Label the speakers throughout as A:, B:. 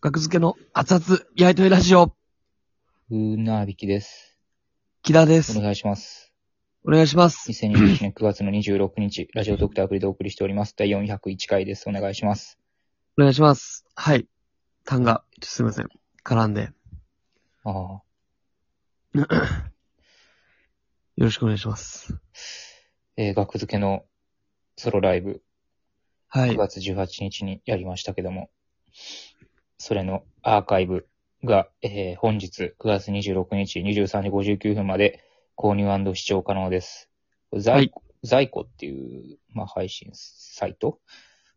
A: 学付けの熱々やりとりラジオ、
B: うなびきです。
A: 木田で
B: お
A: す。
B: 願いします。
A: お願いします。
B: 2021年9月の26日、ラジオトークとアプリでお送りしております。第401回です。お願いします。
A: お願いします。はい。単が、すいません。絡んで。よ
B: ああ、
A: ろしくお願いします。
B: えー、学付けのソロライブ、
A: は
B: 9
A: い。
B: 月18日にやりましたけども、それのアーカイブが、えー本日9月26日23時59分まで購入視聴可能です。在庫、在庫っていう、まあ、配信サイト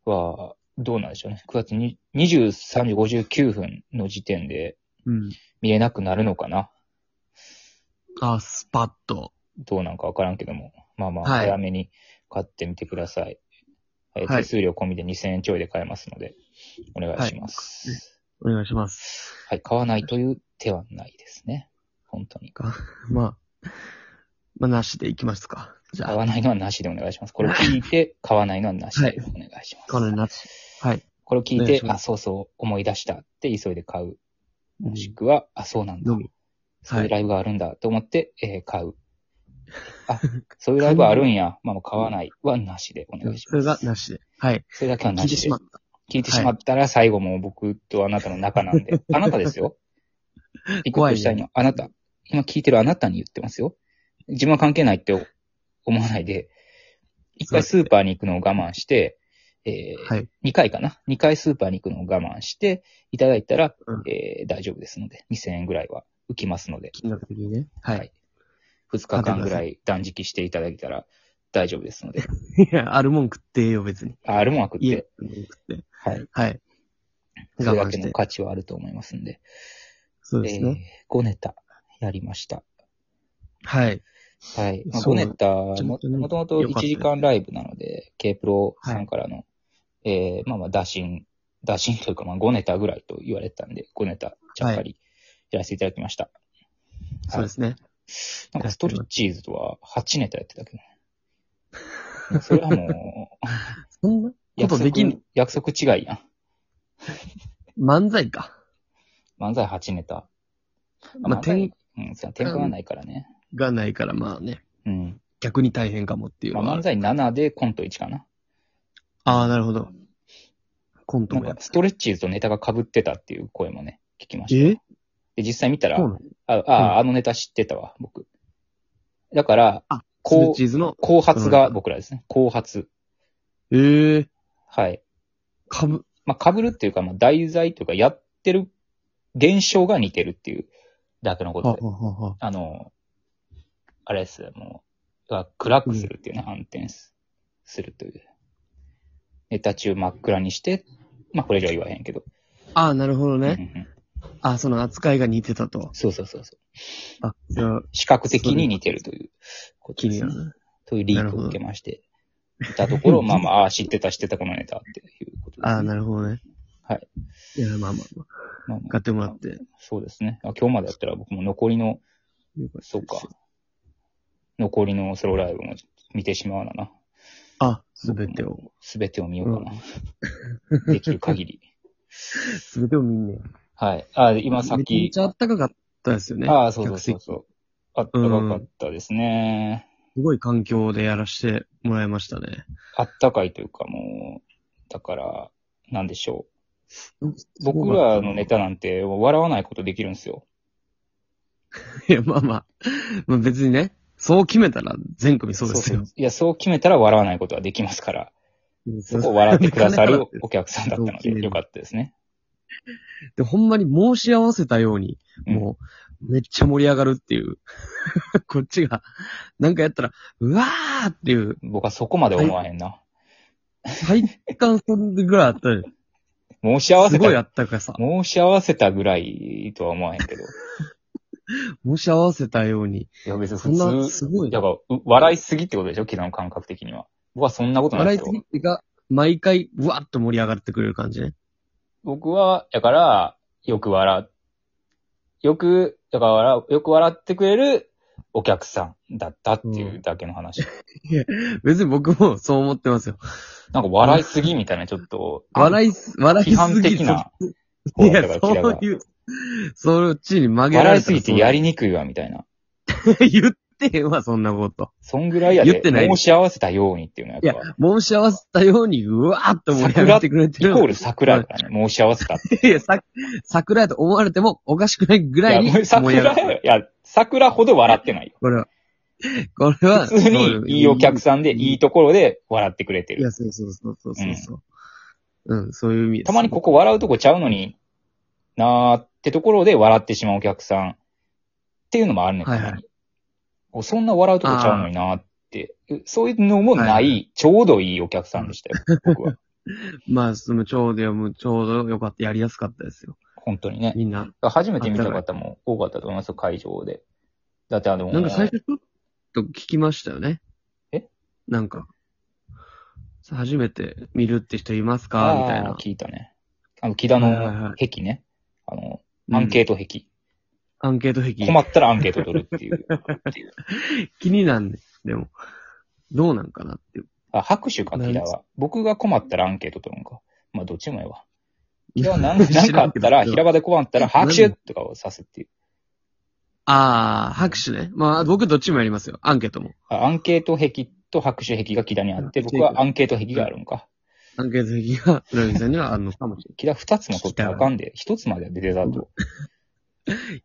B: は、どうなんでしょうね。9月に23時59分の時点で
A: うん。
B: 見れなくなるのかな
A: あ、スパッと。
B: どうなんかわからんけども。まあまあ、
A: はい
B: 早めに買ってみてください。えー
A: はい
B: 手数料込みで2000円ちょいで買えますので、お願いします。
A: はいお願いします。
B: はい、買わないという手はないですね。本当に。
A: まあ、まあ、なしでいきますか。じ
B: 買
A: ゃあ、
B: わないのはなしでお願いします。これを聞いて、買わないのはなしでお願いします。
A: このなし。はい。
B: これを聞
A: お
B: い、
A: 願いしてま
B: あ、
A: す
B: そうそう、思い出したって急いで買う。もし
A: の
B: くは、あ、そうなんだ。
A: み。
B: そう
A: は
B: いう
A: い。
B: ライブがあるんだと思って、えー買う。 あ、そういうライブあるんや。まあ、もう買わないはなしでお願いし
A: そ
B: ま
A: れ
B: す。
A: がなしで。はい。
B: それだけはな
A: 聞い
B: してで。聞いて
A: し
B: し
A: ま
B: ま
A: っ
B: ったら、最後もう僕とあなたの仲なんで。あなたです よ。一刻したいのはあなた。今聞いてるあなたに言ってますよ。自分は関係ないって思わないで、一回スーパーに行くのを我慢して、え
A: た。
B: ー
A: はい。
B: 二回かな二回スーパーに行くのを我慢していただいたら、
A: うん
B: えー大丈夫ですので、2000円ぐらいは浮きますので、
A: 金額的にね。はい。
B: 2日間ぐらい断食していただいたら大丈夫ですので、
A: いや、あるもん食ってええよ、別に。
B: ああるもんは食っ
A: 家
B: て、
A: 食って。
B: はい。
A: はい。
B: それ
A: 我
B: だ
A: 慢
B: け
A: して
B: の。価値はあると思いますんで。
A: そうですね。
B: えー、5ネタやりました。
A: はい。
B: はい。まあ、
A: そう
B: 5ネタも、
A: ちょっ
B: も
A: とね
B: ともと
A: よか
B: 1
A: った
B: 時間ライブなので、K プロさんからの、えーまあまあ、打診、打診というか、まあ、5ネタぐらいと言われてたんで、5ネタ、ちゃっかりやらせていただきました。
A: そうですね。
B: なんか、ストレッチーズとは8ネタやってたけどね。それはもう、
A: そんな ことできんの
B: 約束約束違いやん。
A: 漫才か。
B: 漫才8ネタ。
A: まあ、
B: 漫才
A: 点
B: うん、そう天候はないからね。
A: がないから、まあね、
B: うん。
A: 逆に大変かもっていう
B: ま
A: のは
B: あ、漫才7でコント1かな。
A: ああ、なるほど。コント
B: なん
A: もや
B: か
A: っ、
B: ストレッチーズとネタが被ってたっていう声もね、聞きました。
A: え
B: で、実際見たら、
A: そうな
B: あ
A: の
B: あ、あのネタ知ってたわ、僕。だから、
A: あ、スレ
B: こ
A: チーズの
B: う、、後発が僕らですね。後発。
A: ええ
B: はい。
A: かぶ、
B: まあ、被るっていうか、まあ、題材というか、やってる現象が似てるっていうだけのこ
A: は
B: と
A: は
B: で。
A: はは。
B: あの、あれです、もう、が暗くするっていうね、暗転するという。ネタ中真っ暗にして、まあ、これ以上は言わへんけど。
A: ああ、なるほど
B: う
A: ね。
B: んうん
A: あその扱いが似てたと。
B: そうそうそうそう。
A: あ、じゃあ、
B: 視覚的に似てるということ
A: 気
B: で
A: に
B: す
A: な
B: ね
A: る。ね。
B: というリークを受けまして、いたところ、まあまあ、ああ、知ってた、知ってた、このネタっていうことです、ね。
A: ああ、なるほどね。
B: はい。
A: いや、まあまあまあ。
B: まあまあ
A: 買ってもらって。
B: そうですね。あ今日までやったら僕も残りの、そうか。残りのソロライブも見てしまうなな。
A: あ、すべてを。
B: すべてを見ようかな。できる限り。
A: すべてを見んねや。
B: はい。あ、今さっ
A: めちゃめ
B: き
A: ち、ゃあったかかったですよね。
B: ああ、そうそう
A: 客
B: そう
A: 席
B: そう。あったかかったですね。
A: すごい環境でやらせてもらいましたね。
B: あったかいというかもう、だから、なんでしょう。僕らのネタなんて笑わないことできるんですよ。
A: いや、まあまあ。まあ別にね、そう決めたら全組そうですよ。
B: いや、そう決めたら笑わないことはできますから、そこを笑ってくだ さるお客さんだったので、よかったですね。
A: で、ほんまに申し合わせたように、
B: うん
A: もう、めっちゃ盛り上がるっていう。 こっちが、なんかやったら、うわーっていう、
B: 僕はそこまで思わへんな。
A: 体感そんぐらいあ ったよ。
B: 申し合わ
A: す
B: せ
A: ごいあ
B: た、
A: ったかさ。
B: 申し合わせたぐらいとは思わへんけど。い
A: 申し合わせたように。
B: や、別に
A: そんな、
B: 普
A: す
B: 通、
A: ごい
B: だ。から、う笑いすぎってことでしょ昨日の感覚的には。僕はそんなことな
A: 笑
B: いで
A: い
B: す
A: す
B: よ
A: ぎ。ってが、毎回、うわーっと盛り上がってくれる感じね。
B: 僕は、だから、よく笑う、よく、だから笑う、よく笑ってくれるお客さんだったっていうだけの話。
A: 別に僕もそう思ってますよ。
B: なんか笑いすぎみたいな、ちょっと。
A: 笑いす、笑い
B: 批判
A: すぎ
B: 的な。
A: い
B: こうだ
A: や、
B: から
A: そ
B: キラが
A: ういう、そっちに曲げられたら
B: 笑いすぎてやりにくいわ、みたいな。
A: そう言ってへんわ、そんなこと。
B: そんぐらいやで、
A: 言ってない
B: 申し合わせたようにっていうのはやっぱ、
A: 申し合わせたように、うわーっと盛り上がってくれて
B: イ
A: る
B: コ。ール桜やからね、申し合わせたって。
A: いや、さ、桜やと思われてもおかしくないぐ
B: い
A: らいに
B: や、
A: 盛り上が
B: 桜
A: ってる。
B: や、いや、桜ほど笑ってないよ。
A: これは。これは、
B: 普通にいいお客さんで、いいところで笑ってくれて
A: い
B: る。
A: や、そうそうそうそうそうそう、うん。そういう意味です
B: たまにここ笑うとこちゃうのになーってところで笑ってしまうお客さんっていうのもあるねん、たまに
A: はいは
B: おそんな笑うとこちゃうのになーって。そういうのもない、
A: はいは
B: ちょうどいいお客さんでしたよ、 僕は。
A: まあ、その、ちょうどよ、もうちょうどよかった、やりやすかったですよ。
B: 本当にね。
A: みんな。
B: 初めて見た方も多かったと思いますよ、会場で。だってあの、
A: なんか最初ちょっと聞きましたよね。
B: え
A: なんか、さ初めて見るって人いますか
B: あー
A: みたいな。
B: 聞いたね。あの、木田
A: はいはいは
B: の壁ね。あの、アンケート壁。
A: アンケート壁。
B: 困ったらアンケート取るっ ていう。っていう
A: 気になんねんでも、どうなんかなっていう。
B: あ、拍手か、
A: なん
B: 木田は。僕が困ったらアンケート取るんか。まあ、どっちでもええわ。木田は 何
A: 知ら
B: なんんかあったら、
A: けど
B: 平場で困ったら拍手とかをさすっていう。
A: ああ、拍手ね。まあ、僕どっちもやりますよ。アンケートも。
B: あアンケート壁と拍手壁が木田にあって、
A: うん
B: 僕はアンケート壁があるんか。
A: アンケート壁が、ロイさんにはあるのかもしれない。
B: 木田二つも取ってあかんで、一つまではデザート。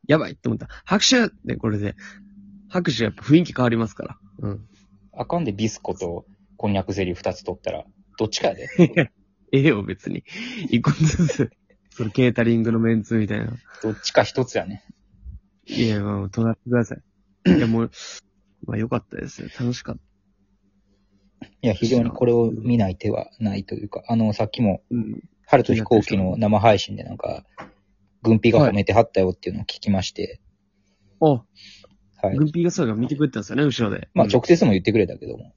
A: やばい って思った。拍手ね、これで。拍手やっぱ雰囲気変わりますから。うん。
B: あかんでビスコとこんにゃくゼリー二つ取ったら、どっちかやで。
A: ええよ、別に。一個ずつ。そのケータリングのメンツみたいな。
B: どっちか一つやね。
A: いや、まあ、取らせてくださ い。いや、もう、まあ、良かったですよ。楽しかっ
B: いや、非常にこれを見ない手はないというか、あの、さっきも、
A: た。うん。
B: 春と飛行機の生配信でなんか、軍備が褒めてはったよっていうのを聞きまして、
A: お、
B: はい。
A: グンピーがそうが見てくれてたんですよね、後ろで。
B: まあ、
A: うん
B: 直接も言ってくれたけども、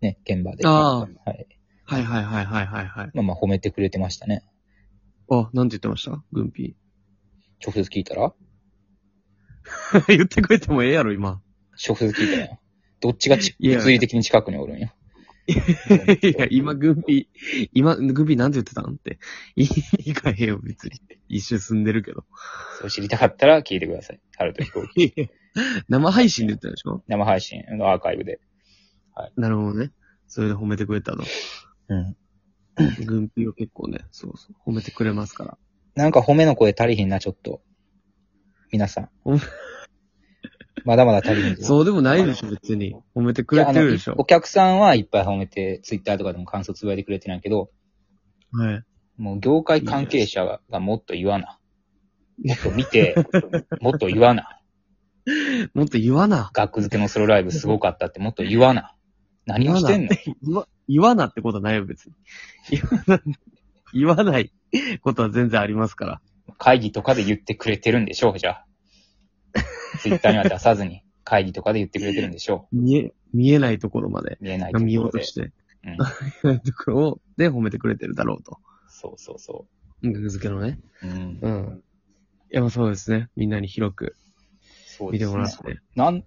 B: ね、現場で。
A: あ
B: はい。
A: はいはいはいはいはいはい。
B: まあまあ、褒めてくれてましたね。
A: あ、なんて言ってましたグンピ
B: 直接聞いたら
A: ー。 言ってくれてもええやろ、今。
B: 直接聞いたら。どっちがち
A: いや
B: 物理的に近くにおるんや。
A: いや、今、グンピー、今、グンピーなんて言ってたんって。 いいかへんよ、別に。一周進んでるけど。
B: そう知りたかったら聞いてください。春と飛行機。
A: いや生配信で言ったでしょ
B: 生配信のアーカイブで。
A: なるほどね。それで褒めてくれたの。
B: うん。
A: 軍ピーを結構ね、そうそう、褒めてくれますから。
B: なんか褒めの声足りひんな、ちょっと。皆さん
A: うん。
B: まだまだ足りひんぞ。
A: そうでもないでしょ、別に。褒めてく
B: い
A: れ
B: やあ
A: て
B: の
A: るでし
B: お
A: ょ。
B: 客さんはいっぱい褒めて、ツイッターとかでも感想つぶやいてくれてないけど、
A: はい。
B: もう業界関係者ががもっと言わな。もっと見て、もっと言わな。
A: もっと言わな。
B: 学付けのソロライブすごかったってもっと言わな。何をしてんの
A: 言わ言わなってことはないよ、別に。言わな、言わないことは全然ありますから。
B: 会議とかで言ってくれてるんでしょう、じゃあ。ツイッターには出さずに、会議とかで言ってくれてるんでしょ
A: 見え、見えないところまで。
B: う。見えないとこ
A: 見よ
B: ろ
A: うと
B: で。
A: して。
B: うん、
A: 見えないところを、で褒めてくれてるだろうと。
B: そうそうそ
A: 学付けのね。
B: う。うん
A: う。ん。いや、まあそうですね。みんなに広く
B: そう
A: 見
B: で
A: て
B: す
A: も
B: ね
A: らっ。て。
B: なん、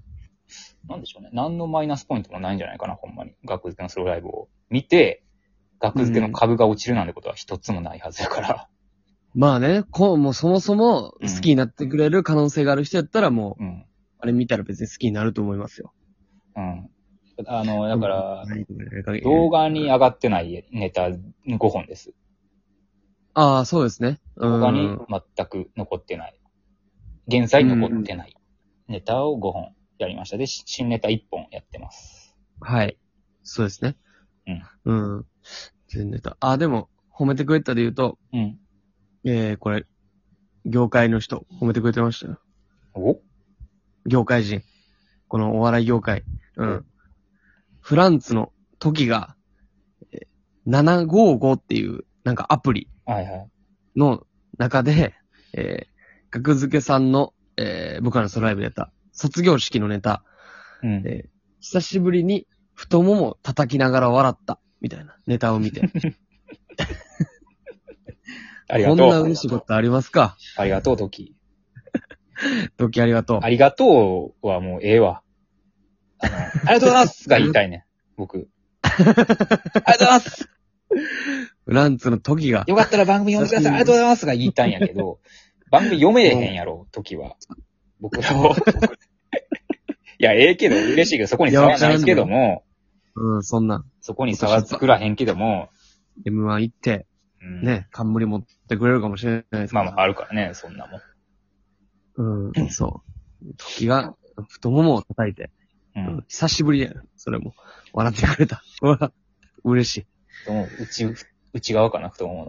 B: なんでしょうね。何のマイナスポイントもないんじゃないかな、ほんまに。学付けのソロライブを見て、学付けの株が落ちるなんてことは一つもないはずだから。
A: まあね、こう、もうそもそも好きになってくれる可能性がある人やったらもう、
B: うん。
A: あれ見たら別に好きになると思いますよ。
B: うん。あの、だから、
A: ら
B: 動画に。上がってないネタ5本です。
A: ああ、そうですね。
B: 動
A: 動
B: 画に全く残ってない。現在残ってない。ネタを5本やりました。で、し新ネタ1本やってます。
A: はい。そうですね。うん。うん。全ネタ。ああ、でも、褒めてくれたで言うと、
B: うん。
A: えー、これ、業界の人、褒めてくれてましたよ。
B: お
A: 業界人。このお笑い業界。うん。フランスの時が、えー755っていう、なんかアプリ。
B: はいはい。
A: の中で、えー、格付けさんの、えー、僕らのソロライブでやった、卒業式のネタ、
B: うん。
A: えー久しぶりに太ももを叩きながら笑った、みたいなネタを見て。
B: あり
A: こ
B: が
A: んな
B: とう
A: 嬉。しいことありますか
B: ありがとう、ドキ。
A: ドキありがとう。
B: ありがとうはもうええわ。あの、ありがとうございますが言いたいねん。僕。ありがとうございます
A: フランツの時が、
B: よかったら番組読んでください。ありがとうございますが言いたいんやけど、番組読めれへんやろ、時は。僕ら を。いや、ええけど、嬉しいけど、そこに差はないけども、
A: うん、そんな、
B: そこに差は作らへんけども、
A: M1 行って、
B: うん、
A: ね、冠持ってくれるかもしれないです
B: ま
A: から
B: あまあ、あるからね、そんなもん。
A: うん、そう。時が、太ももを叩いて、
B: う
A: うん
B: ん。
A: 久しぶりだよ。それも。笑ってくれた。 うわ嬉しい。
B: でもうち、内側かな、太もも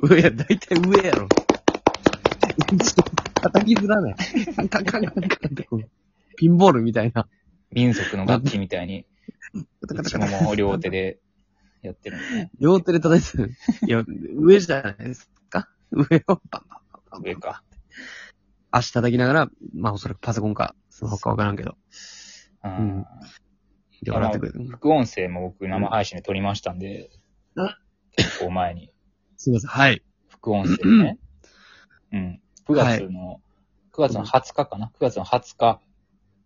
B: の。
A: 上や、だいたい上やろ。 叩きずらない。カンカンカンカンカンってこうピンボールみたいな。
B: 民族の楽器みたいに、内ももを両手でやってるんだね。
A: 両手で叩いてる。いや、上じゃないですか上をバンバンバンバ
B: 上
A: ンバン。
B: か。
A: 足叩きながら、まあおそらくパソコンか、スマホかわからんけど。う
B: う
A: ん
B: ん。
A: で、笑ってくれる。
B: 副音声も僕生配信で撮りましたんで
A: うん、
B: 結構前に。
A: すいません。はい。
B: 副音声ね。うん。9月の、9月の20日かな ?9 月の20日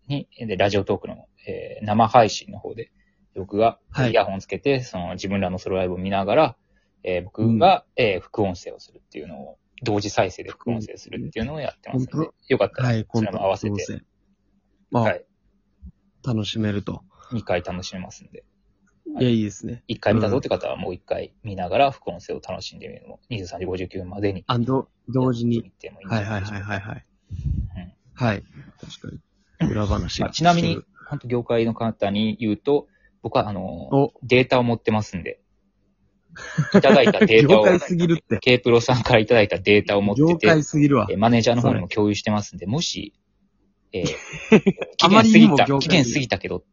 B: に、で、ラジオトークの、えー生配信の方で、僕が
A: はい
B: イヤホンつけて、その自分らのソロライブを見ながら、えー僕が、えー副音声をするっていうのを、同時再生で副音声するっていうのをやってますん
A: 本
B: で、よかったら、
A: はい、
B: それも合わせて、
A: て。まあ、
B: はい、
A: 楽しめると。
B: 2回楽しめますんで、はい
A: いや、いいですね。
B: 1回見たぞって方はもう1回見ながら副音声を楽しんでみるのも、23時59分までに、
A: あ、ど、同時に。
B: 見てもいいんじゃ
A: はいはいい
B: なでしょうか
A: はいはいはい
B: うん。
A: はい。確かに。裏話
B: ま
A: が
B: あ。ちなみに、本当業界の方に言うと、僕はあの、
A: お、
B: データを持ってます んで、いただいたデータ
A: 業
B: を、
A: 界すぎるって。
B: K プロさんからいただいたデータを持って
A: 業
B: て
A: 界、すぎるわ
B: え。マネージャーの方にも共有してますんで、もし、えー 期
A: あまり
B: 限過
A: に
B: ぎ
A: も
B: た、
A: 業界
B: 期限過ぎたけど、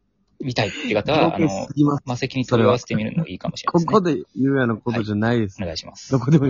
B: 見たいって
A: 業
B: 方は、あ
A: 界
B: の
A: す、ぎます。
B: 魔石に問い合わせてみるのもいいかもしれない
A: こ
B: ですね。
A: こで言うようなことじゃないです。
B: お願いします。
A: どこでも言う